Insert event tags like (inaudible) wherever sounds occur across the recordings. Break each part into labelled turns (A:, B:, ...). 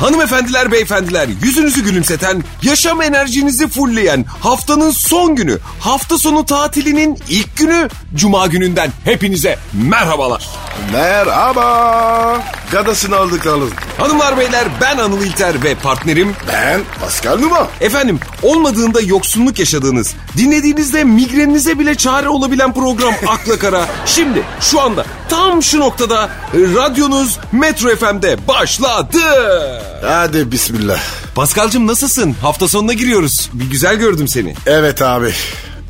A: Hanımefendiler, beyefendiler, yüzünüzü gülümseten, yaşam enerjinizi fullleyen haftanın son günü, hafta sonu tatilinin ilk günü, cuma gününden hepinize merhabalar.
B: Merhaba. Gadasını aldık alın.
A: Hanımlar, beyler ben Anıl İlter ve partnerim
B: Ben Pascal Numa.
A: Efendim olmadığında yoksunluk yaşadığınız, dinlediğinizde migreninize bile çare olabilen
B: (laughs)
A: program Akla Kara. Şimdi şu anda tam şu noktada e, radyonuz Metro FM'de başladı.
B: Hadi bismillah.
A: Paskal'cığım nasılsın? Hafta sonuna giriyoruz. Bir güzel gördüm seni.
B: Evet abi.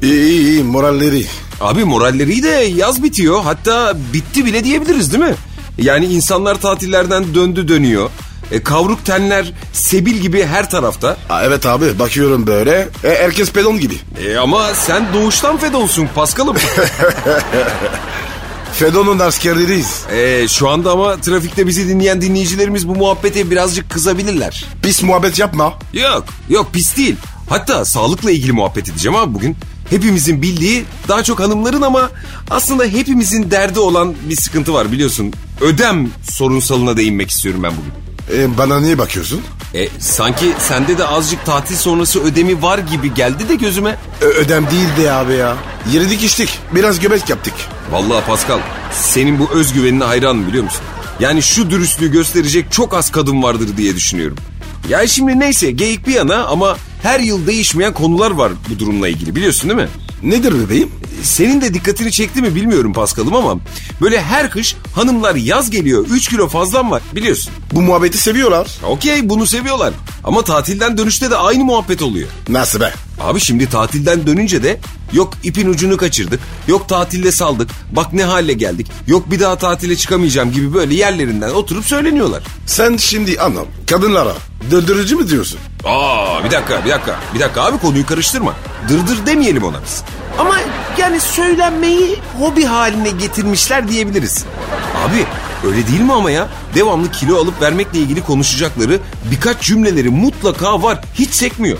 B: İyi iyi, iyi moralleri.
A: Abi moralleri de yaz bitiyor. Hatta bitti bile diyebiliriz değil mi? Yani insanlar tatillerden döndü dönüyor. E, kavruk tenler sebil gibi her tarafta.
B: Ha, evet abi bakıyorum böyle. E, herkes pedon gibi.
A: E, ama sen doğuştan fedolsun Paskal'ım.
B: Fedon'un askerleriyiz.
A: Ee, şu anda ama trafikte bizi dinleyen dinleyicilerimiz bu muhabbete birazcık kızabilirler.
B: Pis muhabbet yapma.
A: Yok, yok pis değil. Hatta sağlıkla ilgili muhabbet edeceğim abi bugün. Hepimizin bildiği, daha çok hanımların ama aslında hepimizin derdi olan bir sıkıntı var biliyorsun. Ödem sorunsalına değinmek istiyorum ben bugün.
B: E, bana niye bakıyorsun?
A: E, sanki sende de azıcık tatil sonrası ödemi var gibi geldi de gözüme.
B: Ö- ödem değildi abi ya. Yedik içtik. Biraz göbek yaptık.
A: Vallahi Pascal, senin bu özgüvenine hayranım biliyor musun? Yani şu dürüstlüğü gösterecek çok az kadın vardır diye düşünüyorum. Ya şimdi neyse geyik bir yana ama her yıl değişmeyen konular var bu durumla ilgili biliyorsun değil mi?
B: Nedir bebeğim?
A: Senin de dikkatini çekti mi bilmiyorum Paskal'ım ama böyle her kış hanımlar yaz geliyor 3 kilo fazlan var biliyorsun.
B: Bu muhabbeti seviyorlar.
A: Okey bunu seviyorlar ama tatilden dönüşte de aynı muhabbet oluyor.
B: Nasıl be?
A: Abi şimdi tatilden dönünce de yok ipin ucunu kaçırdık, yok tatilde saldık, bak ne hale geldik, yok bir daha tatile çıkamayacağım gibi böyle yerlerinden oturup söyleniyorlar.
B: Sen şimdi anlam. Kadınlara döndürücü mü diyorsun?
A: Aa bir dakika bir dakika bir dakika abi konuyu karıştırma. Dırdır demeyelim ona biz. Ama yani söylenmeyi hobi haline getirmişler diyebiliriz. Abi öyle değil mi ama ya? Devamlı kilo alıp vermekle ilgili konuşacakları birkaç cümleleri mutlaka var. Hiç sekmiyor.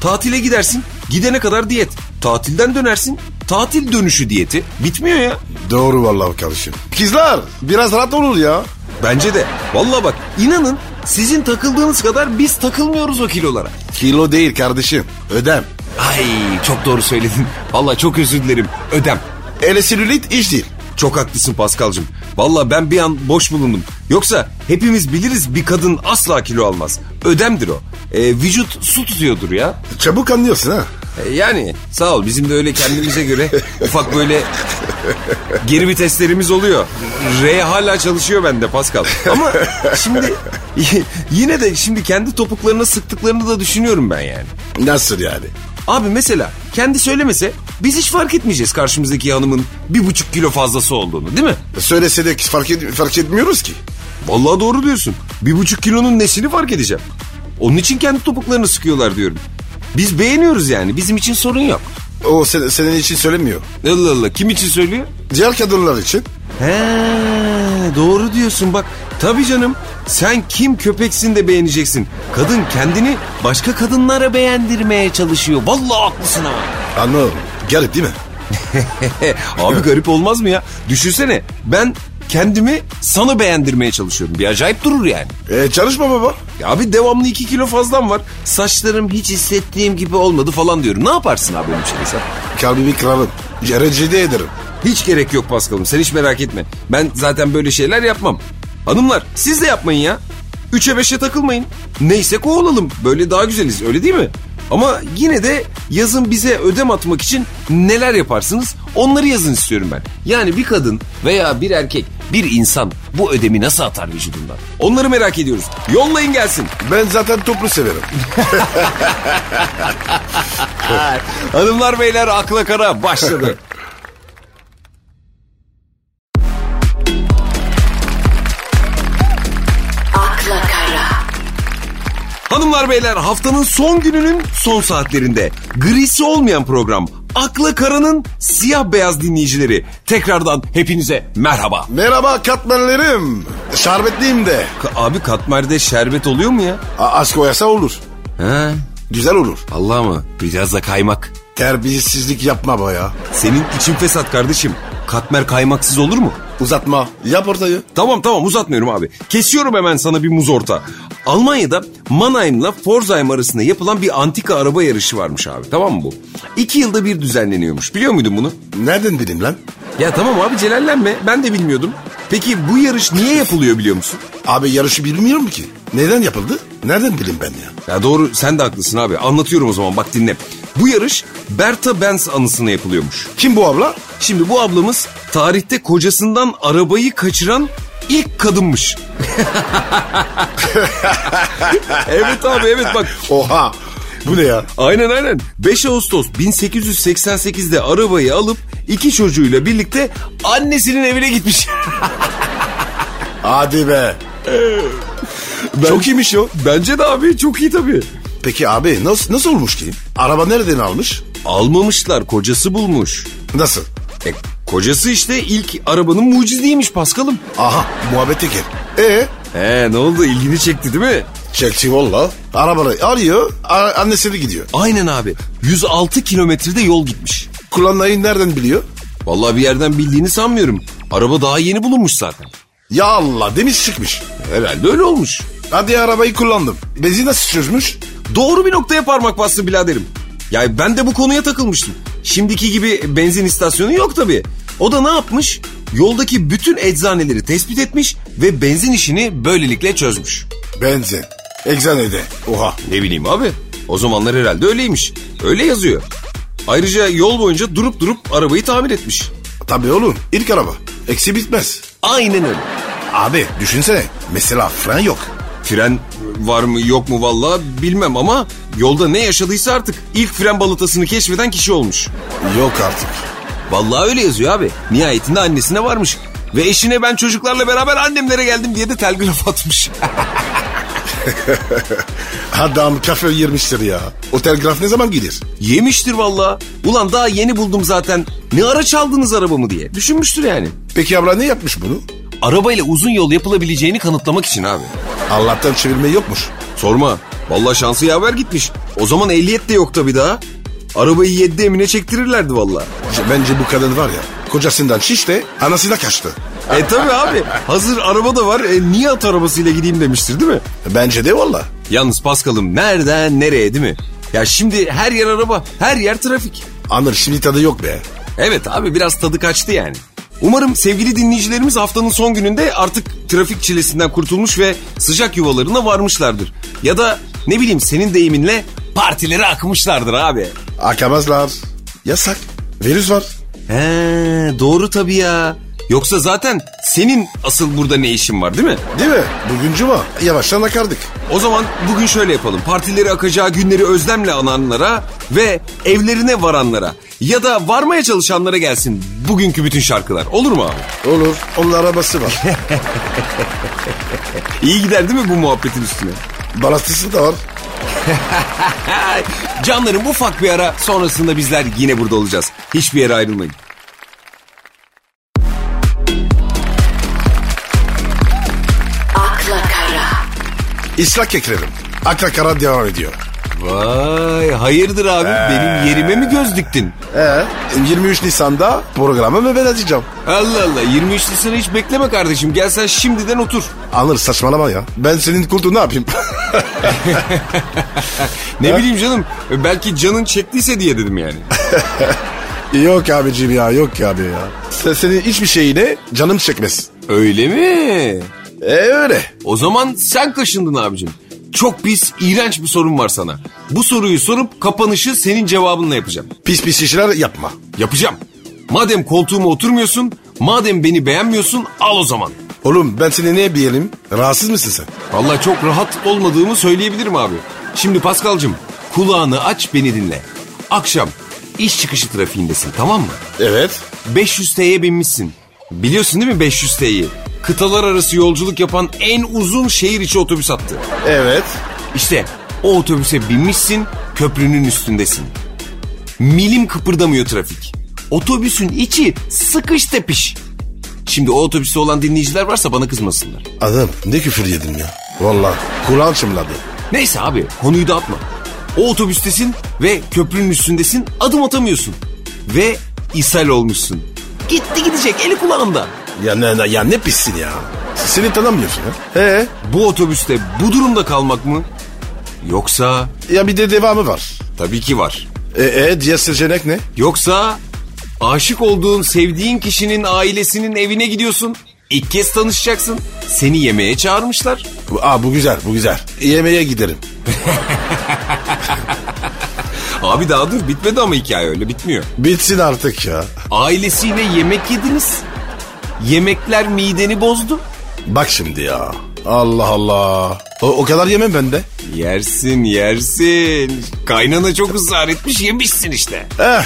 A: Tatile gidersin, gidene kadar diyet. Tatilden dönersin, tatil dönüşü diyeti. Bitmiyor ya.
B: Doğru vallahi kardeşim. Kızlar biraz rahat olur ya.
A: Bence de. Vallahi bak inanın sizin takıldığınız kadar biz takılmıyoruz o kilolara.
B: Kilo değil kardeşim. Ödem.
A: Ay çok doğru söyledin. Valla çok özür dilerim. Ödem.
B: Ele selülit iş değil.
A: Çok haklısın Paskal'cığım. Valla ben bir an boş bulundum. Yoksa hepimiz biliriz bir kadın asla kilo almaz. Ödemdir o. Ee, vücut su tutuyordur ya.
B: Çabuk anlıyorsun ha.
A: Ee, yani sağ ol bizim de öyle kendimize göre ufak böyle geri viteslerimiz oluyor. R hala çalışıyor bende Paskal. Ama şimdi (laughs) yine de şimdi kendi topuklarına sıktıklarını da düşünüyorum ben yani.
B: Nasıl yani?
A: Abi mesela kendi söylemese biz hiç fark etmeyeceğiz karşımızdaki hanımın bir buçuk kilo fazlası olduğunu değil mi?
B: Söylese de fark, et- fark etmiyoruz ki.
A: Vallahi doğru diyorsun. Bir buçuk kilonun nesini fark edeceğim? Onun için kendi topuklarını sıkıyorlar diyorum. Biz beğeniyoruz yani bizim için sorun yok.
B: O sen- senin için söylemiyor.
A: Allah Allah kim için söylüyor?
B: Diğer kadınlar için.
A: He doğru diyorsun bak. Tabii canım sen kim köpeksin de beğeneceksin. Kadın kendini başka kadınlara beğendirmeye çalışıyor. Vallahi haklısın ha.
B: Anladım. Garip değil mi?
A: Abi garip olmaz mı ya? Düşünsene ben kendimi sana beğendirmeye çalışıyorum. Bir acayip durur yani.
B: E, çalışma baba.
A: Ya Abi devamlı 2 kilo fazlam var. Saçlarım hiç hissettiğim gibi olmadı falan diyorum. Ne yaparsın abi öyle bir şeyse?
B: Kalbimi kırarım. Rencide ederim.
A: Hiç gerek yok Paskal'ım sen hiç merak etme. Ben zaten böyle şeyler yapmam. Hanımlar siz de yapmayın ya. 3'e 5'e takılmayın. Neyse o olalım. Böyle daha güzeliz öyle değil mi? Ama yine de yazın bize ödem atmak için neler yaparsınız onları yazın istiyorum ben. Yani bir kadın veya bir erkek bir insan bu ödemi nasıl atar vücudundan? Onları merak ediyoruz. Yollayın gelsin.
B: Ben zaten toplu severim.
A: Hanımlar beyler akla kara başladı.
C: Akla Kara.
A: Hanımlar beyler haftanın son gününün son saatlerinde grisi olmayan program Akla Kara'nın siyah beyaz dinleyicileri tekrardan hepinize merhaba.
B: Merhaba katmerlerim. Şarbetliyim de.
A: Ka- abi katmerde şerbet oluyor mu ya?
B: A- az koyarsa olur.
A: He
B: Güzel olur.
A: Allah mı? Biraz da kaymak.
B: Terbiyesizlik yapma baya.
A: Senin için fesat kardeşim. Katmer kaymaksız olur mu?
B: Uzatma. Yap ortayı.
A: Tamam tamam uzatmıyorum abi. Kesiyorum hemen sana bir muz orta. Almanya'da Mannheim'la Pforzheim arasında yapılan bir antika araba yarışı varmış abi. Tamam mı bu? İki yılda bir düzenleniyormuş. Biliyor muydun bunu?
B: Nereden bileyim lan?
A: Ya tamam abi celallenme. Ben de bilmiyordum. Peki bu yarış niye yapılıyor biliyor musun?
B: Abi yarışı bilmiyorum ki. Neden yapıldı? Nereden bileyim ben ya?
A: Ya doğru sen de haklısın abi. Anlatıyorum o zaman bak dinle. Bu yarış Bertha Benz anısına yapılıyormuş.
B: Kim bu abla?
A: Şimdi bu ablamız tarihte kocasından arabayı kaçıran ilk kadınmış. (laughs) evet abi evet bak
B: Oha. Bu ne ya?
A: Aynen aynen. 5 Ağustos 1888'de arabayı alıp iki çocuğuyla birlikte annesinin evine gitmiş.
B: Hadi be. Çok iyiymiş o.
A: Bence de abi çok iyi tabii.
B: Peki abi nasıl nasıl olmuş ki? Araba nereden almış?
A: Almamışlar kocası bulmuş.
B: Nasıl?
A: E, kocası işte ilk arabanın mucidiymiş Paskal'ım.
B: Aha muhabbete gel. E
A: He ne oldu ilgini çekti değil mi?
B: çekti valla. Arabayı arıyor a- annesine gidiyor.
A: Aynen abi 106 kilometrede yol gitmiş.
B: Kullanmayı nereden biliyor?
A: Vallahi bir yerden bildiğini sanmıyorum. Araba daha yeni bulunmuş zaten.
B: Ya Allah demiş çıkmış.
A: Herhalde öyle olmuş.
B: Hadi arabayı kullandım. Bezi nasıl çözmüş?
A: Doğru bir noktaya parmak bastı biraderim. Ya ben de bu konuya takılmıştım. Şimdiki gibi benzin istasyonu yok tabii. O da ne yapmış? Yoldaki bütün eczaneleri tespit etmiş ve benzin işini böylelikle çözmüş.
B: Benzin. Egzanede. Oha.
A: Ne bileyim abi. O zamanlar herhalde öyleymiş. Öyle yazıyor. Ayrıca yol boyunca durup durup arabayı tamir etmiş.
B: Tabii oğlum ilk araba. Eksi bitmez.
A: Aynen öyle.
B: Abi düşünsene. Mesela fren yok.
A: Fren var mı yok mu vallahi bilmem ama yolda ne yaşadıysa artık ilk fren balatasını keşfeden kişi olmuş.
B: Yok artık.
A: Vallahi öyle yazıyor abi. Nihayetinde annesine varmış. Ve eşine ben çocuklarla beraber annemlere geldim diye de telgraf atmış. (laughs)
B: Adam kafe yemiştir ya. O telgraf ne zaman gelir?
A: Yemiştir vallahi. Ulan daha yeni buldum zaten. Ne ara çaldınız arabamı diye. Düşünmüştür yani.
B: Peki abla ne yapmış bunu?
A: Arabayla uzun yol yapılabileceğini kanıtlamak için abi.
B: Allah'tan çevirme yokmuş.
A: Sorma. Vallahi şansı yaver gitmiş. O zaman ehliyet de yok tabii daha. Arabayı yedi emine çektirirlerdi vallahi.
B: Bence bu kadın var ya kocasından şişti anasıyla kaçtı.
A: E tabii abi. Hazır araba da var. E, niye at arabasıyla gideyim demiştir değil mi?
B: Bence de valla.
A: Yalnız Paskal'ım nereden nereye değil mi? Ya şimdi her yer araba, her yer trafik.
B: Anır şimdi tadı yok be.
A: Evet abi biraz tadı kaçtı yani. Umarım sevgili dinleyicilerimiz haftanın son gününde artık trafik çilesinden kurtulmuş ve sıcak yuvalarına varmışlardır. Ya da ne bileyim senin deyiminle partilere akmışlardır abi.
B: Akamazlar. Yasak. Virüs var.
A: He doğru tabii ya. Yoksa zaten senin asıl burada ne işin var değil mi?
B: Değil mi? Bugün cuma. Yavaştan akardık.
A: O zaman bugün şöyle yapalım. Partileri akacağı günleri özlemle ananlara ve evlerine varanlara ya da varmaya çalışanlara gelsin bugünkü bütün şarkılar. Olur mu abi?
B: Olur. Onun arabası var.
A: İyi gider değil mi bu muhabbetin üstüne?
B: Balatısı da var.
A: Ay, Canlarım ufak bir ara sonrasında bizler yine burada olacağız. Hiçbir yere ayrılmayın.
C: akla kara,
B: İslak eklerim. Akla kara devam ediyor.
A: Vay hayırdır abi benim yerime mi göz diktin?
B: Ee, 23 Nisan'da programı ben edeceğim.
A: Allah Allah 23 Nisan'ı hiç bekleme kardeşim gel sen şimdiden otur.
B: Anır saçmalama ya. Ben senin kurdu ne yapayım? (laughs)
A: Ne bileyim canım belki canın çektiyse diye dedim yani.
B: yok abicim ya yok abi ya. Sen, senin hiçbir şeyine canım çekmez.
A: Öyle mi?
B: E öyle.
A: O zaman sen kaşındın abicim. Çok pis, iğrenç bir sorun var sana. Bu soruyu sorup kapanışı senin cevabınla yapacağım.
B: Pis pis işler yapma.
A: Yapacağım. Madem koltuğuma oturmuyorsun, madem beni beğenmiyorsun al o zaman.
B: Oğlum ben seni ne bilelim? Rahatsız mısın sen?
A: Vallahi çok rahat olmadığımı söyleyebilirim abi. Şimdi Paskal'cım kulağını aç beni dinle. Akşam iş çıkışı trafiğindesin tamam mı?
B: Evet.
A: 500T'ye binmişsin. Biliyorsun değil mi 500T'yi? Kıtalar arası yolculuk yapan en uzun şehir içi otobüs hattı.
B: Evet.
A: İşte o otobüse binmişsin, köprünün üstündesin. Milim kıpırdamıyor trafik. Otobüsün içi sıkış tepiş. Şimdi o otobüste olan dinleyiciler varsa bana kızmasınlar.
B: Adam ne küfür yedim ya. Vallahi kulağım çımladı.
A: Neyse abi konuyu dağıtma. O otobüstesin ve köprünün üstündesin adım atamıyorsun. Ve ishal olmuşsun. Gitti gidecek eli kulağında.
B: Ya ne, ne- ya ne pissin ya. Seni tanımıyorsun ya. Ee?
A: Bu otobüste bu durumda kalmak mı? Yoksa
B: Ya bir de devamı var.
A: tabii ki var.
B: E, e diğer seçenek ne?
A: Yoksa aşık olduğun sevdiğin kişinin ailesinin evine gidiyorsun. İlk kez tanışacaksın. Seni yemeğe çağırmışlar.
B: Bu- Aa bu güzel bu güzel. Yemeğe giderim.
A: Abi daha dur bitmedi ama hikaye öyle bitmiyor.
B: Bitsin artık ya.
A: Ailesiyle yemek yediniz. Yemekler mideni bozdu.
B: Bak şimdi ya. Allah Allah. O, o kadar yemem ben de.
A: Yersin yersin. Kaynana çok ısrar etmiş yemişsin işte.
B: Eh.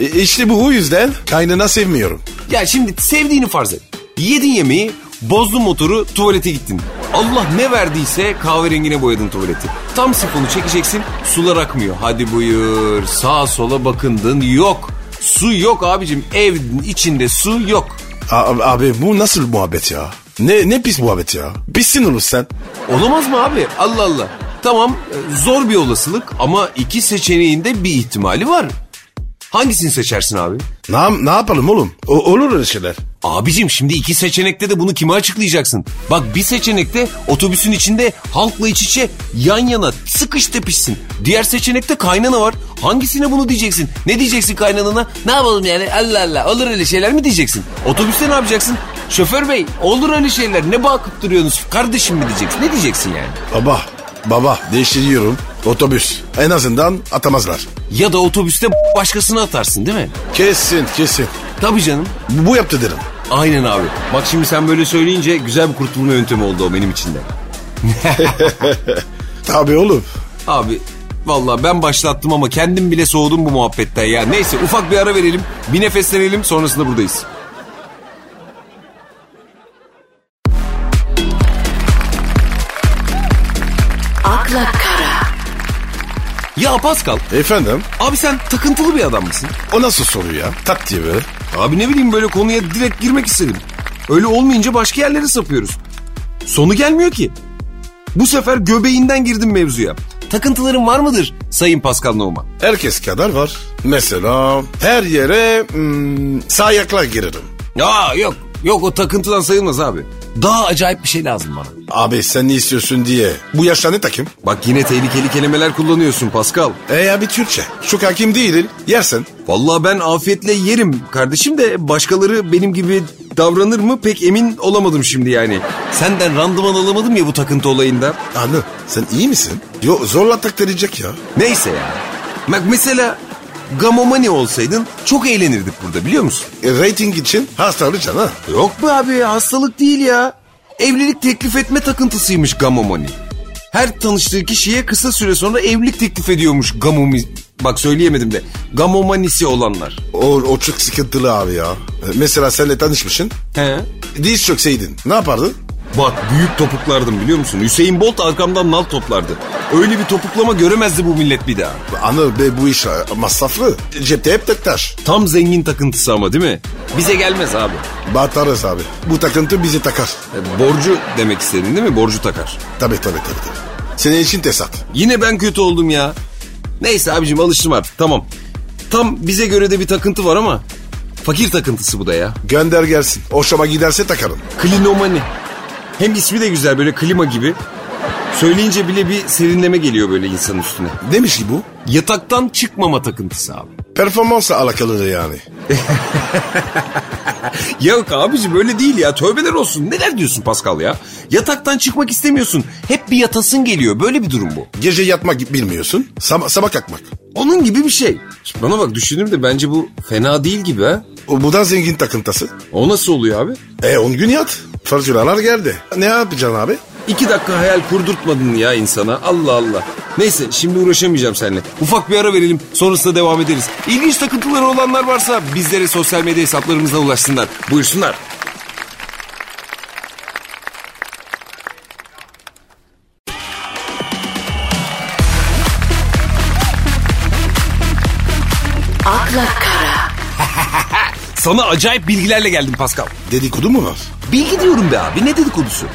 B: e, işte bu o yüzden kaynana sevmiyorum.
A: Ya şimdi sevdiğini farz et. Yedin yemeği, bozdun motoru, tuvalete gittin. Allah ne verdiyse kahverengine boyadın tuvaleti. Tam sifonu çekeceksin, sular akmıyor. Hadi buyur, sağa sola bakındın, yok. Su yok abicim, evin içinde su yok.
B: A- abi bu nasıl muhabbet ya? Ne ne pis muhabbet ya? Pissin olur sen.
A: Olamaz mı abi? Allah Allah. Tamam, e, zor bir olasılık ama iki seçeneğinde bir ihtimali var. Hangisini seçersin abi?
B: Ne, yap- ne yapalım oğlum? O- olur öyle şeyler.
A: Abicim şimdi iki seçenekte de bunu kime açıklayacaksın? Bak bir seçenekte otobüsün içinde halkla iç içe yan yana sıkış tepişsin. Diğer seçenekte kaynana var. Hangisine bunu diyeceksin? Ne diyeceksin kaynanana? Ne yapalım yani Allah Allah olur öyle şeyler mi diyeceksin? Otobüste ne yapacaksın? Şoför bey olur öyle şeyler ne bakıp duruyorsunuz kardeşim mi diyeceksin? Ne diyeceksin yani?
B: Baba, baba değiştiriyorum. Otobüs. En azından atamazlar.
A: Ya da otobüste başkasını atarsın değil mi?
B: Kesin kesin.
A: Tabii canım.
B: Bu, bu yaptı derim.
A: Aynen abi. Bak şimdi sen böyle söyleyince güzel bir kurtulma yöntemi oldu o benim için de.
B: Tabii oğlum.
A: Abi vallahi ben başlattım ama kendim bile soğudum bu muhabbetten ya. Neyse ufak bir ara verelim. Bir nefeslenelim sonrasında buradayız.
C: Akla kara.
A: Ya Pascal
B: Efendim?
A: abi sen takıntılı bir adam mısın?
B: O nasıl soru ya? Tat diye böyle.
A: Abi ne bileyim böyle konuya direkt girmek istedim. Öyle olmayınca başka yerlere sapıyoruz. Sonu gelmiyor ki. Bu sefer göbeğinden girdim mevzuya. Takıntıların var mıdır Sayın Pascal Nohman?
B: Herkes kadar var. Mesela her yere hmm, sağ yakla girerim.
A: Aa yok. Yok o takıntıdan sayılmaz abi. Daha acayip bir şey lazım bana.
B: Abi sen ne istiyorsun diye. Bu yaşta ne takım?
A: Bak yine tehlikeli kelimeler kullanıyorsun Pascal.
B: E ya bir Türkçe. Çok hakim değil. Yersen.
A: Vallahi ben afiyetle yerim kardeşim de başkaları benim gibi davranır mı pek emin olamadım şimdi yani. Senden randıman alamadım ya bu takıntı olayında.
B: Anne sen iyi misin? Yo zorla takdirecek ya.
A: Neyse ya. Bak mesela gamomani olsaydın çok eğlenirdik burada biliyor musun?
B: E, rating için hastalıcan ha.
A: Yok be abi hastalık değil ya. Evlilik teklif etme takıntısıymış gamomani. Her tanıştığı kişiye kısa süre sonra evlilik teklif ediyormuş gamomi... Bak söyleyemedim de. Gamomanisi olanlar.
B: O, o çok sıkıntılı abi ya. E, Mesela senle tanışmışsın.
A: He?
B: Diz çökseydin ne yapardın?
A: Bak büyük topuklardım biliyor musun? Hüseyin Bolt arkamdan nal toplardı. Öyle bir topuklama göremezdi bu millet bir daha.
B: Anıl be bu iş e, masraflı. Cepte hep taktar.
A: Tam zengin takıntısı ama değil mi? Bize gelmez abi.
B: Batarız abi. Bu takıntı bizi takar.
A: E, Borcu demek istedin değil mi? Borcu takar.
B: Tabii tabii tabii. tabii. Senin için tesat.
A: Yine ben kötü oldum ya. Neyse abicim alıştım artık tamam. Tam bize göre de bir takıntı var ama fakir takıntısı bu da ya.
B: Gönder gelsin. Hoşuma giderse takarım.
A: Klinomani. Hem ismi de güzel böyle klima gibi. Söyleyince bile bir serinleme geliyor böyle insanın üstüne.
B: Demiş ki bu.
A: Yataktan çıkmama takıntısı abi.
B: Performansla alakalı yani.
A: Yok abicim öyle değil ya tövbeler olsun. Neler diyorsun Pascal ya? Yataktan çıkmak istemiyorsun. Hep bir yatasın geliyor. Böyle bir durum bu.
B: Gece yatmak bilmiyorsun. Sabah, sabah kalkmak.
A: Onun gibi bir şey. Şimdi bana bak düşündüm de bence bu fena değil gibi ha.
B: O, bu da zengin takıntısı.
A: O nasıl oluyor abi?
B: E 10 gün yat. Faturalar geldi. Ne yapacaksın abi?
A: İki dakika hayal kurdurtmadın ya insana. Allah Allah. Neyse şimdi uğraşamayacağım seninle. Ufak bir ara verelim sonrasında devam ederiz. İlginç takıntıları olanlar varsa bizlere sosyal medya hesaplarımızdan ulaşsınlar. Buyursunlar.
C: Akla kara.
A: Sana acayip bilgilerle geldim Pascal.
B: Dedikodu mu var?
A: Bilgi diyorum be abi ne dedikodusu?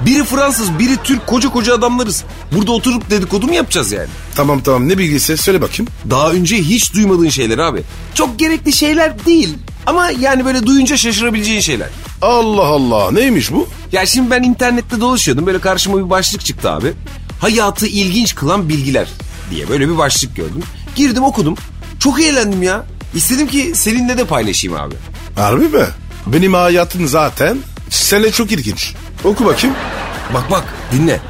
A: Biri Fransız, biri Türk koca koca adamlarız. Burada oturup dedikodu mu yapacağız yani?
B: Tamam tamam ne bilgisi söyle bakayım.
A: Daha önce hiç duymadığın şeyler abi. Çok gerekli şeyler değil ama yani böyle duyunca şaşırabileceğin şeyler.
B: Allah Allah neymiş bu?
A: Ya şimdi ben internette dolaşıyordum böyle karşıma bir başlık çıktı abi. Hayatı ilginç kılan bilgiler diye böyle bir başlık gördüm. Girdim okudum. Çok eğlendim ya. İstedim ki seninle de paylaşayım abi.
B: Harbi mi? Benim hayatım zaten sene çok ilginç. Oku bakayım.
A: Bak bak dinle.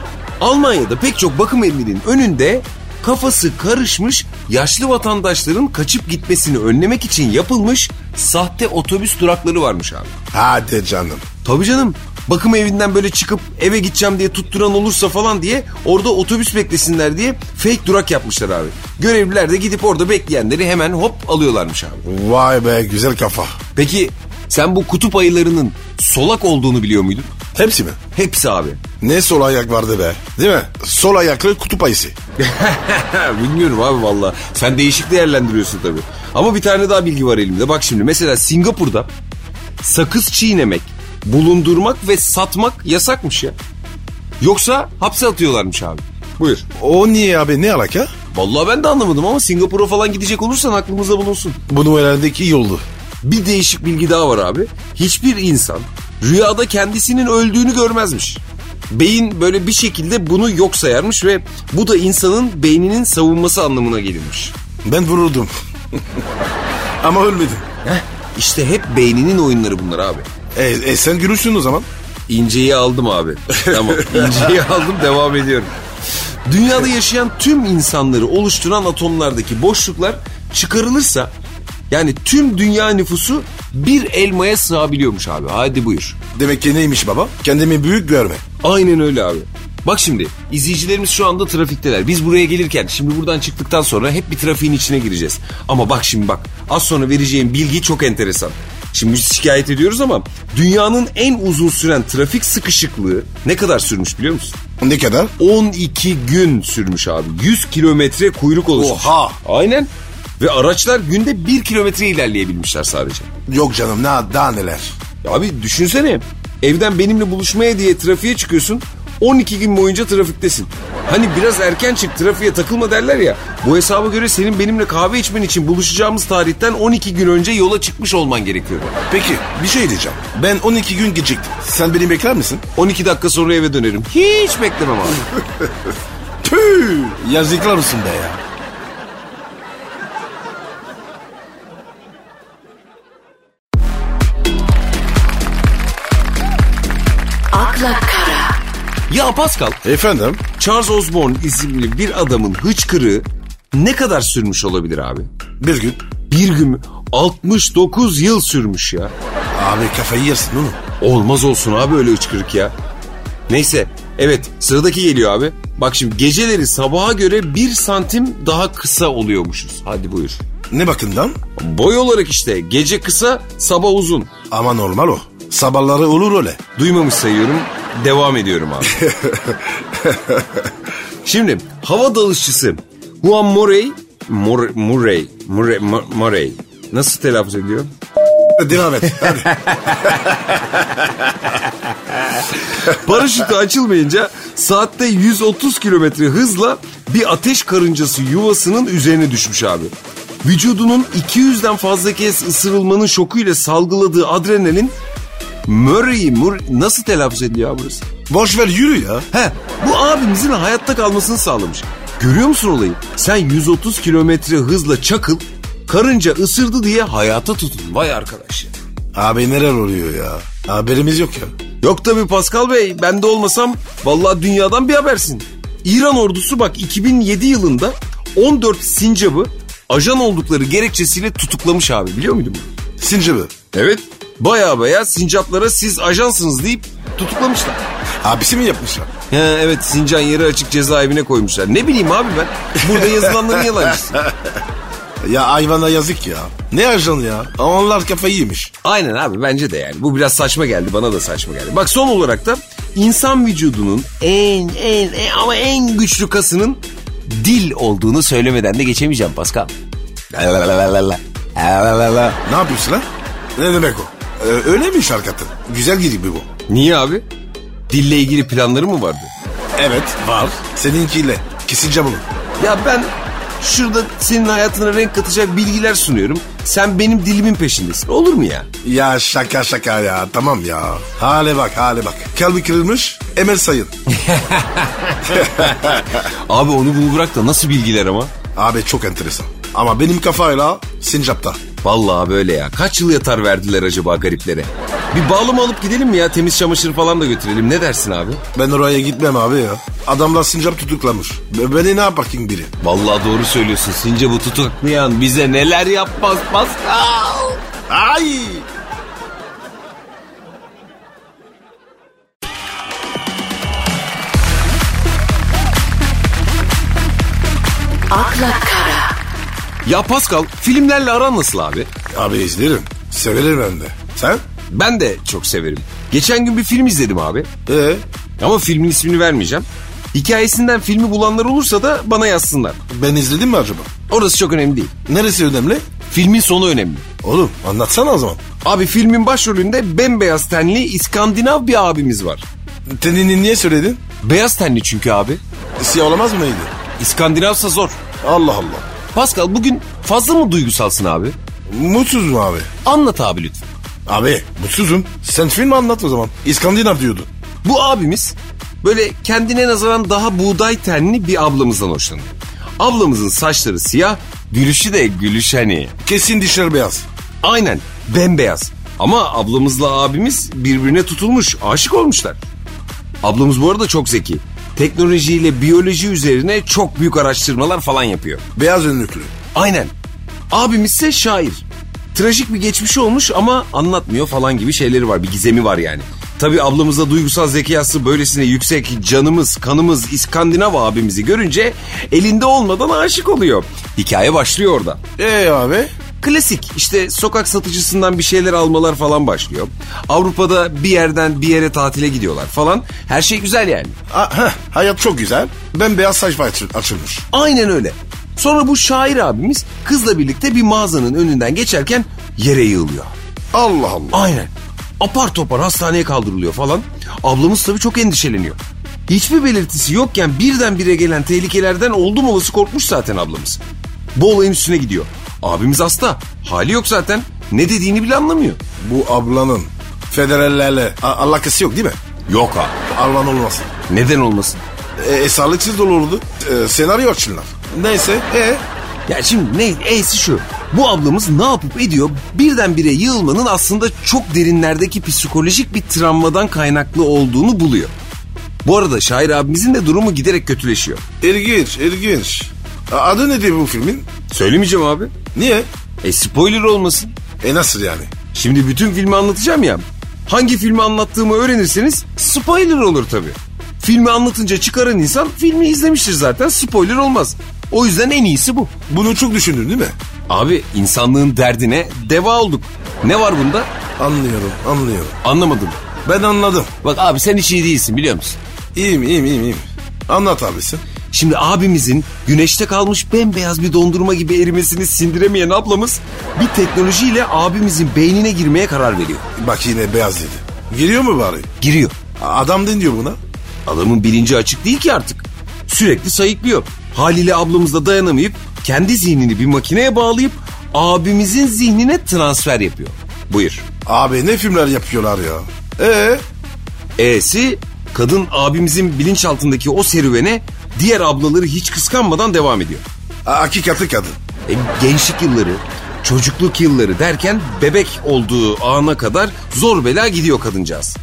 A: Almanya'da pek çok bakım evinin önünde kafası karışmış yaşlı vatandaşların kaçıp gitmesini önlemek için yapılmış sahte otobüs durakları varmış abi.
B: Hadi canım.
A: Tabii canım bakım evinden böyle çıkıp eve gideceğim diye tutturan olursa falan diye orada otobüs beklesinler diye fake durak yapmışlar abi. Görevliler de gidip orada bekleyenleri hemen hop alıyorlarmış abi.
B: Vay be güzel kafa.
A: Peki sen bu kutup ayılarının solak olduğunu biliyor muydun?
B: Hepsi mi?
A: Hepsi abi.
B: Ne sol ayak vardı be. Değil mi? Sol ayaklı kutup ayısı.
A: (laughs) Bilmiyorum abi valla. Sen değişik değerlendiriyorsun tabii. Ama bir tane daha bilgi var elimde. Bak şimdi mesela Singapur'da sakız çiğnemek, bulundurmak ve satmak yasakmış ya. Yoksa hapse atıyorlarmış abi. Buyur.
B: O niye abi ne alaka?
A: Vallahi ben de anlamadım ama Singapur'a falan gidecek olursan aklımızda bulunsun.
B: Bunu öğrendik iyi oldu.
A: Bir değişik bilgi daha var abi. Hiçbir insan rüyada kendisinin öldüğünü görmezmiş. Beyin böyle bir şekilde bunu yok sayarmış ve bu da insanın beyninin savunması anlamına gelirmiş.
B: Ben vururdum. (laughs) Ama ölmedim.
A: Heh, işte hep beyninin oyunları bunlar abi.
B: E, e, sen gülürsün o zaman.
A: İnceyi aldım abi. Tamam inceyi aldım devam ediyorum. Dünyada yaşayan tüm insanları oluşturan atomlardaki boşluklar çıkarılırsa yani tüm dünya nüfusu bir elmaya sığabiliyormuş abi. Hadi buyur.
B: Demek ki neymiş baba? Kendimi büyük görme.
A: Aynen öyle abi. Bak şimdi izleyicilerimiz şu anda trafikteler. Biz buraya gelirken şimdi buradan çıktıktan sonra hep bir trafiğin içine gireceğiz. Ama bak şimdi bak az sonra vereceğim bilgi çok enteresan. Şimdi biz şikayet ediyoruz ama dünyanın en uzun süren trafik sıkışıklığı ne kadar sürmüş biliyor musun?
B: Ne kadar?
A: 12 gün sürmüş abi. 100 kilometre kuyruk oluşmuş.
B: Oha!
A: Aynen. Ve araçlar günde 1 kilometre ilerleyebilmişler sadece.
B: Yok canım ne daha neler.
A: Ya abi düşünsene. Evden benimle buluşmaya diye trafiğe çıkıyorsun. 12 gün boyunca trafiktesin. Hani biraz erken çık trafiğe takılma derler ya. Bu hesaba göre senin benimle kahve içmen için buluşacağımız tarihten 12 gün önce yola çıkmış olman gerekiyor.
B: Peki bir şey diyeceğim. Ben 12 gün geciktim. Sen beni bekler misin?
A: 12 dakika sonra eve dönerim. Hiç beklemem abi.
B: Tüh! Yazıklar olsun be ya.
C: akla kara,
A: ya Pascal,
B: Efendim?
A: Charles Osborne isimli bir adamın hıçkırığı ne kadar sürmüş olabilir abi?
B: Bir gün.
A: Bir gün mü? 69 yıl sürmüş ya.
B: Abi kafayı yersin oğlum.
A: Olmaz olsun abi öyle hıçkırık ya. Neyse evet sıradaki geliyor abi. Bak şimdi geceleri sabaha göre bir santim daha kısa oluyormuşuz. Hadi buyur.
B: Ne bakımdan?
A: Boy olarak işte gece kısa sabah uzun.
B: Ama normal o. Sabahları olur öyle.
A: Duymamış sayıyorum devam ediyorum abi. şimdi hava dalışçısı Juan Morey, Mor- Murray, Murray, Murray, Murray nasıl telaffuz ediyor?
B: Devam et. Hadi.
A: Paraşütü açılmayınca saatte 130 kilometre hızla bir ateş karıncası yuvasının üzerine düşmüş abi. Vücudunun 200'den fazla kez ısırılmanın şokuyla salgıladığı adrenalin Murray, Mur nasıl telaffuz ediliyor abi burası?
B: Boş ver yürü ya.
A: He, bu abimizin hayatta kalmasını sağlamış. Görüyor musun olayı? Sen 130 kilometre hızla çakıl, karınca ısırdı diye hayata tutun. Vay arkadaş ya.
B: Abi neler oluyor ya? Haberimiz yok ya.
A: Yok tabii Pascal Bey ben de olmasam vallahi dünyadan bir habersin. İran ordusu bak 2007 yılında 14 sincabı ajan oldukları gerekçesiyle tutuklamış abi biliyor muydun bunu?
B: Sincabı.
A: Evet. Baya baya sincaplara siz ajansınız deyip tutuklamışlar.
B: Abisi mi yapmışlar?
A: He, evet Sincan yeri açık cezaevine koymuşlar. Ne bileyim abi ben. Burada (laughs) yazılanların yalancısın.
B: Ya hayvana yazık ya. Ne ajanı ya? Onlar kafayı yemiş.
A: Aynen abi bence de yani. Bu biraz saçma geldi bana da saçma geldi. Bak son olarak da insan vücudunun en en, en ama en güçlü kasının dil olduğunu söylemeden de geçemeyeceğim Pascal.
B: Ne yapıyorsun lan? Ne demek o? Ee, öyle mi şarkatın? Güzel gibi bu.
A: Niye abi? Dille ilgili planları mı vardı?
B: Evet.
A: Var.
B: Seninkiyle. Kesince bunu.
A: Ya ben şurada senin hayatına renk katacak bilgiler sunuyorum. Sen benim dilimin peşindesin. Olur mu ya?
B: Ya şaka şaka ya. Tamam ya. Hale bak hale bak. Kalbi kırılmış. Emel sayın.
A: Abi onu bunu bırak da nasıl bilgiler ama?
B: Abi çok enteresan. Ama benim kafayla sincapta.
A: Vallahi böyle ya. Kaç yıl yatar verdiler acaba gariplere? Bir bağlama alıp gidelim mi ya? Temiz çamaşır falan da götürelim. Ne dersin abi?
B: Ben oraya gitmem abi ya. Adamlar sincap tutuklamış. Be- Beni ne yapar ki biri?
A: Vallahi doğru söylüyorsun. Sincap'ı tutuklayan bize neler yapmaz Pascal.
B: Ay!
C: akla kara,
A: Ya Pascal filmlerle aran nasıl abi?
B: Abi izlerim. Severim hem de. Sen?
A: Ben de çok severim. Geçen gün bir film izledim abi.
B: Ee,
A: Ama filmin ismini vermeyeceğim. Hikayesinden filmi bulanlar olursa da bana yazsınlar.
B: ben izledim mi acaba?
A: Orası çok önemli değil.
B: Neresi önemli?
A: Filmin sonu önemli.
B: Oğlum anlatsana o zaman.
A: Abi filmin başrolünde bembeyaz tenli İskandinav bir abimiz var.
B: Tenini niye söyledin?
A: Beyaz tenli çünkü abi.
B: Siyah olamaz mıydı?
A: İskandinavsa zor.
B: Allah Allah.
A: Pascal bugün fazla mı duygusalsın abi?
B: Mutsuz mu abi?
A: Anlat abi lütfen.
B: Abi mutsuzum. Sen film anlat o zaman. İskandinav diyordu.
A: Bu abimiz böyle kendine nazaran daha buğday tenli bir ablamızdan hoşlanıyor. Ablamızın saçları siyah, gülüşü de gülüş hani.
B: Kesin dişler beyaz.
A: Aynen bembeyaz. Ama ablamızla abimiz birbirine tutulmuş, aşık olmuşlar. Ablamız bu arada çok zeki. Teknolojiyle biyoloji üzerine çok büyük araştırmalar falan yapıyor.
B: Beyaz önlüklü.
A: Aynen. Abimiz ise şair. Trajik bir geçmişi olmuş ama anlatmıyor falan gibi şeyleri var. Bir gizemi var yani. Tabi ablamızda duygusal zekası böylesine yüksek canımız, kanımız İskandinav abimizi görünce elinde olmadan aşık oluyor. Hikaye başlıyor orada.
B: Ee abi?
A: Klasik işte sokak satıcısından bir şeyler almalar falan başlıyor. Avrupa'da bir yerden bir yere tatile gidiyorlar falan. Her şey güzel yani.
B: Ha, heh, hayat çok güzel. Ben beyaz sayfa açı- açılmış.
A: Aynen öyle. Sonra bu şair abimiz kızla birlikte bir mağazanın önünden geçerken yere yığılıyor.
B: Allah Allah.
A: Aynen. Apar topar hastaneye kaldırılıyor falan. Ablamız tabii çok endişeleniyor. Hiçbir belirtisi yokken birdenbire gelen tehlikelerden oldum olası korkmuş zaten ablamız. Bu olayın üstüne gidiyor. Abimiz hasta. Hali yok zaten. Ne dediğini bile anlamıyor.
B: Bu ablanın federallerle a- alakası yok değil mi?
A: Yok abi.
B: Alman olmasın.
A: Neden olmasın?
B: E, e, sağlıksız dolu olurdu. E, senaryo açınlar. Neyse. E,
A: Ya şimdi ne, e'si şu. Bu ablamız ne yapıp ediyor birdenbire yığılmanın aslında çok derinlerdeki psikolojik bir travmadan kaynaklı olduğunu buluyor. Bu arada şair abimizin de durumu giderek kötüleşiyor.
B: ilginç, ilginç. A- Adı ne diye bu filmin?
A: Söylemeyeceğim abi.
B: Niye?
A: E spoiler olmasın.
B: E nasıl yani?
A: Şimdi bütün filmi anlatacağım ya. Hangi filmi anlattığımı öğrenirseniz spoiler olur tabii. Filmi anlatınca çıkaran insan filmi izlemiştir zaten spoiler olmaz. O yüzden en iyisi bu.
B: Bunu çok düşündün değil mi?
A: Abi insanlığın derdine deva olduk. Ne var bunda?
B: Anlıyorum, anlıyorum.
A: Anlamadım.
B: Ben anladım.
A: Bak abi sen hiç iyi değilsin biliyor musun?
B: İyiyim, iyiyim, iyiyim, iyiyim. Anlat abisi.
A: Şimdi abimizin güneşte kalmış bembeyaz bir dondurma gibi erimesini sindiremeyen ablamız bir teknolojiyle abimizin beynine girmeye karar veriyor.
B: Bak yine beyaz dedi. Giriyor mu bari?
A: Giriyor.
B: A- Adam din diyor buna.
A: Adamın bilinci açık değil ki artık. Sürekli sayıklıyor. Haliyle ablamız da dayanamayıp kendi zihnini bir makineye bağlayıp abimizin zihnine transfer yapıyor. Buyur.
B: Abi ne filmler yapıyorlar ya. E
A: E'si kadın abimizin bilinçaltındaki o serüvene diğer ablaları hiç kıskanmadan devam ediyor.
B: a- hakikatli kadın.
A: E, gençlik yılları, çocukluk yılları derken bebek olduğu ana kadar zor bela gidiyor kadıncağız.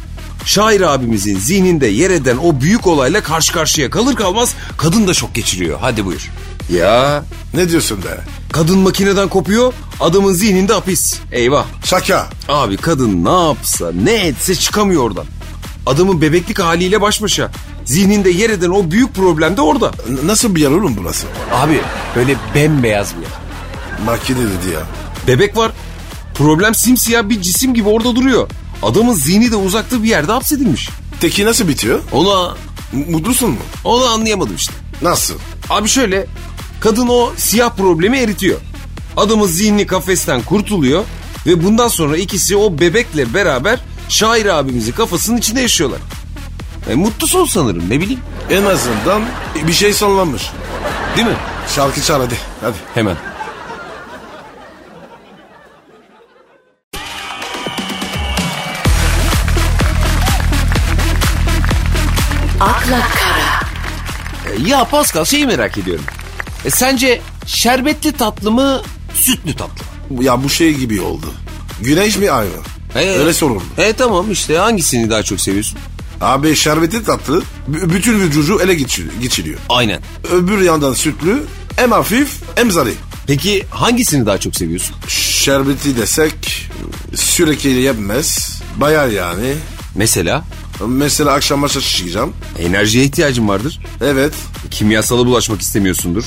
A: Şair abimizin zihninde yer eden o büyük olayla karşı karşıya kalır kalmaz kadın da şok geçiriyor. Hadi buyur. Ya
B: Ne diyorsun be?
A: kadın makineden kopuyor, adamın zihninde hapis. Eyvah.
B: Şaka.
A: Abi kadın ne yapsa ne etse çıkamıyor oradan. Adamın bebeklik haliyle baş başa. Zihninde yer eden o büyük problem de orada.
B: N- nasıl bir yer oğlum burası?
A: Abi böyle bembeyaz bir yer.
B: Makine dedi ya.
A: Bebek var. Problem simsiyah bir cisim gibi orada duruyor. Adamın zihni de uzakta bir yerde hapsedilmiş.
B: Teki nasıl bitiyor?
A: Ona
B: M- Mutlusun mu?
A: onu anlayamadım işte.
B: Nasıl?
A: Abi şöyle kadın o siyah problemi eritiyor. Adamın zihni kafesten kurtuluyor ve bundan sonra ikisi o bebekle beraber şair abimizin kafasının içinde yaşıyorlar. E, mutlu son sanırım ne bileyim.
B: En azından bir şey sallanmış.
A: Değil mi?
B: Şarkı çal hadi. Hadi.
A: Hemen.
C: akla kara,
A: E, ya Pascal şeyi merak ediyorum. E, sence şerbetli tatlı mı sütlü tatlı mı?
B: Ya bu şey gibi oldu. Güneş mi ay mı?
A: E,
B: Öyle soruldu.
A: E tamam işte hangisini daha çok seviyorsun?
B: Abi şerbeti tatlı b- bütün vücudu ele geçir- geçiriyor.
A: Aynen.
B: Öbür yandan sütlü hem hafif hem zarif.
A: Peki hangisini daha çok seviyorsun?
B: Şerbeti desek sürekli yapmaz. Bayar yani.
A: Mesela
B: Mesela akşam maça çıkacağım.
A: enerjiye ihtiyacın vardır.
B: Evet.
A: Kimyasala bulaşmak istemiyorsundur.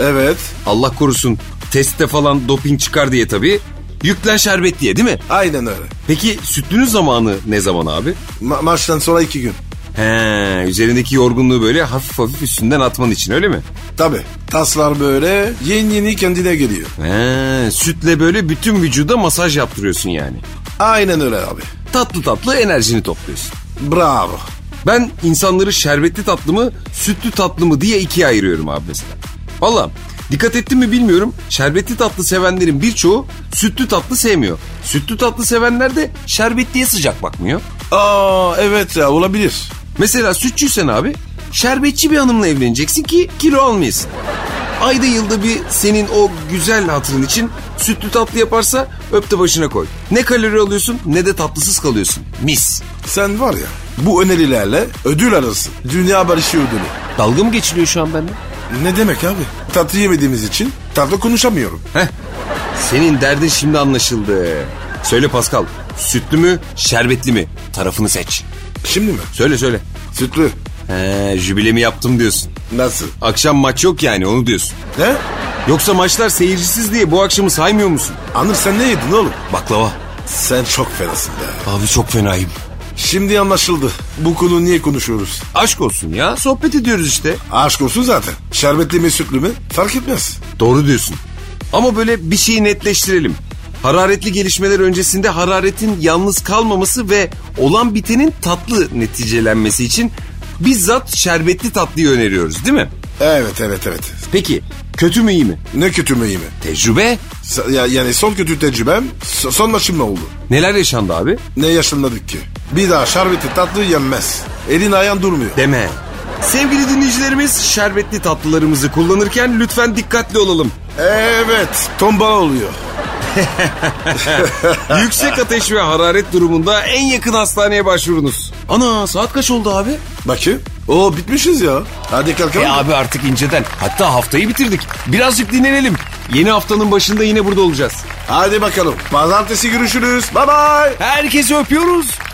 B: Evet.
A: Allah korusun testte falan doping çıkar diye tabii. Yüklen şerbet diye değil mi?
B: Aynen öyle.
A: Peki sütlünün zamanı ne zaman abi?
B: Ma- maçtan sonra iki gün.
A: He, üzerindeki yorgunluğu böyle hafif hafif üstünden atman için öyle mi?
B: Tabi. Taslar böyle yeni yeni kendine geliyor.
A: He, sütle böyle bütün vücuda masaj yaptırıyorsun yani.
B: Aynen öyle abi.
A: Tatlı tatlı enerjini topluyorsun.
B: Bravo.
A: Ben insanları şerbetli tatlı mı, sütlü tatlı mı diye ikiye ayırıyorum abi mesela. Valla dikkat ettin mi bilmiyorum. Şerbetli tatlı sevenlerin birçoğu sütlü tatlı sevmiyor. Sütlü tatlı sevenler de şerbetliye sıcak bakmıyor.
B: Aa evet ya olabilir.
A: Mesela sütçüysen abi şerbetçi bir hanımla evleneceksin ki kilo almayasın. Ayda yılda bir senin o güzel hatırın için sütlü tatlı yaparsa öp de başına koy. Ne kalori alıyorsun ne de tatlısız kalıyorsun. Mis.
B: Sen var ya bu önerilerle ödül alırsın. Dünya barışı ödülü.
A: Dalga mı geçiliyor şu an bende?
B: Ne demek abi? Tatlı yemediğimiz için tatlı konuşamıyorum.
A: Heh. Senin derdin şimdi anlaşıldı. Söyle Pascal sütlü mü şerbetli mi tarafını seç.
B: Şimdi mi?
A: Söyle söyle.
B: Sütlü.
A: He, jübilemi yaptım diyorsun.
B: Nasıl?
A: Akşam maç yok yani onu diyorsun.
B: Ne?
A: Yoksa maçlar seyircisiz diye bu akşamı saymıyor musun?
B: Anır sen ne yedin oğlum?
A: Baklava.
B: Sen çok fenasın be.
A: Abi çok fenayım.
B: Şimdi anlaşıldı. Bu konu niye konuşuyoruz?
A: Aşk olsun ya sohbet ediyoruz işte.
B: Aşk olsun zaten. Şerbetli mi sütlü mü fark etmez.
A: Doğru diyorsun. Ama böyle bir şeyi netleştirelim. Hararetli gelişmeler öncesinde hararetin yalnız kalmaması ve olan bitenin tatlı neticelenmesi için bizzat şerbetli tatlıyı öneriyoruz değil mi?
B: Evet evet evet.
A: Peki kötü mü iyi mi?
B: Ne kötü mü iyi mi?
A: Tecrübe
B: Sa- ya- yani son kötü tecrübem so- son maçımla oldu.
A: neler yaşandı abi?
B: Ne yaşanmadık ki? Bir daha şerbeti tatlı yenmez. Elin ayağın durmuyor.
A: Deme. Sevgili dinleyicilerimiz şerbetli tatlılarımızı kullanırken lütfen dikkatli olalım.
B: Evet tombala oluyor.
A: (laughs) Yüksek ateş ve hararet durumunda en yakın hastaneye başvurunuz. Ana saat kaç oldu abi?
B: Bakayım. Oo bitmişiz ya. Hadi kalkalım.
A: E abi artık inceden. Hatta haftayı bitirdik. Birazcık dinlenelim. Yeni haftanın başında yine burada olacağız.
B: Hadi bakalım. Pazartesi görüşürüz. Bye bye.
A: Herkesi öpüyoruz.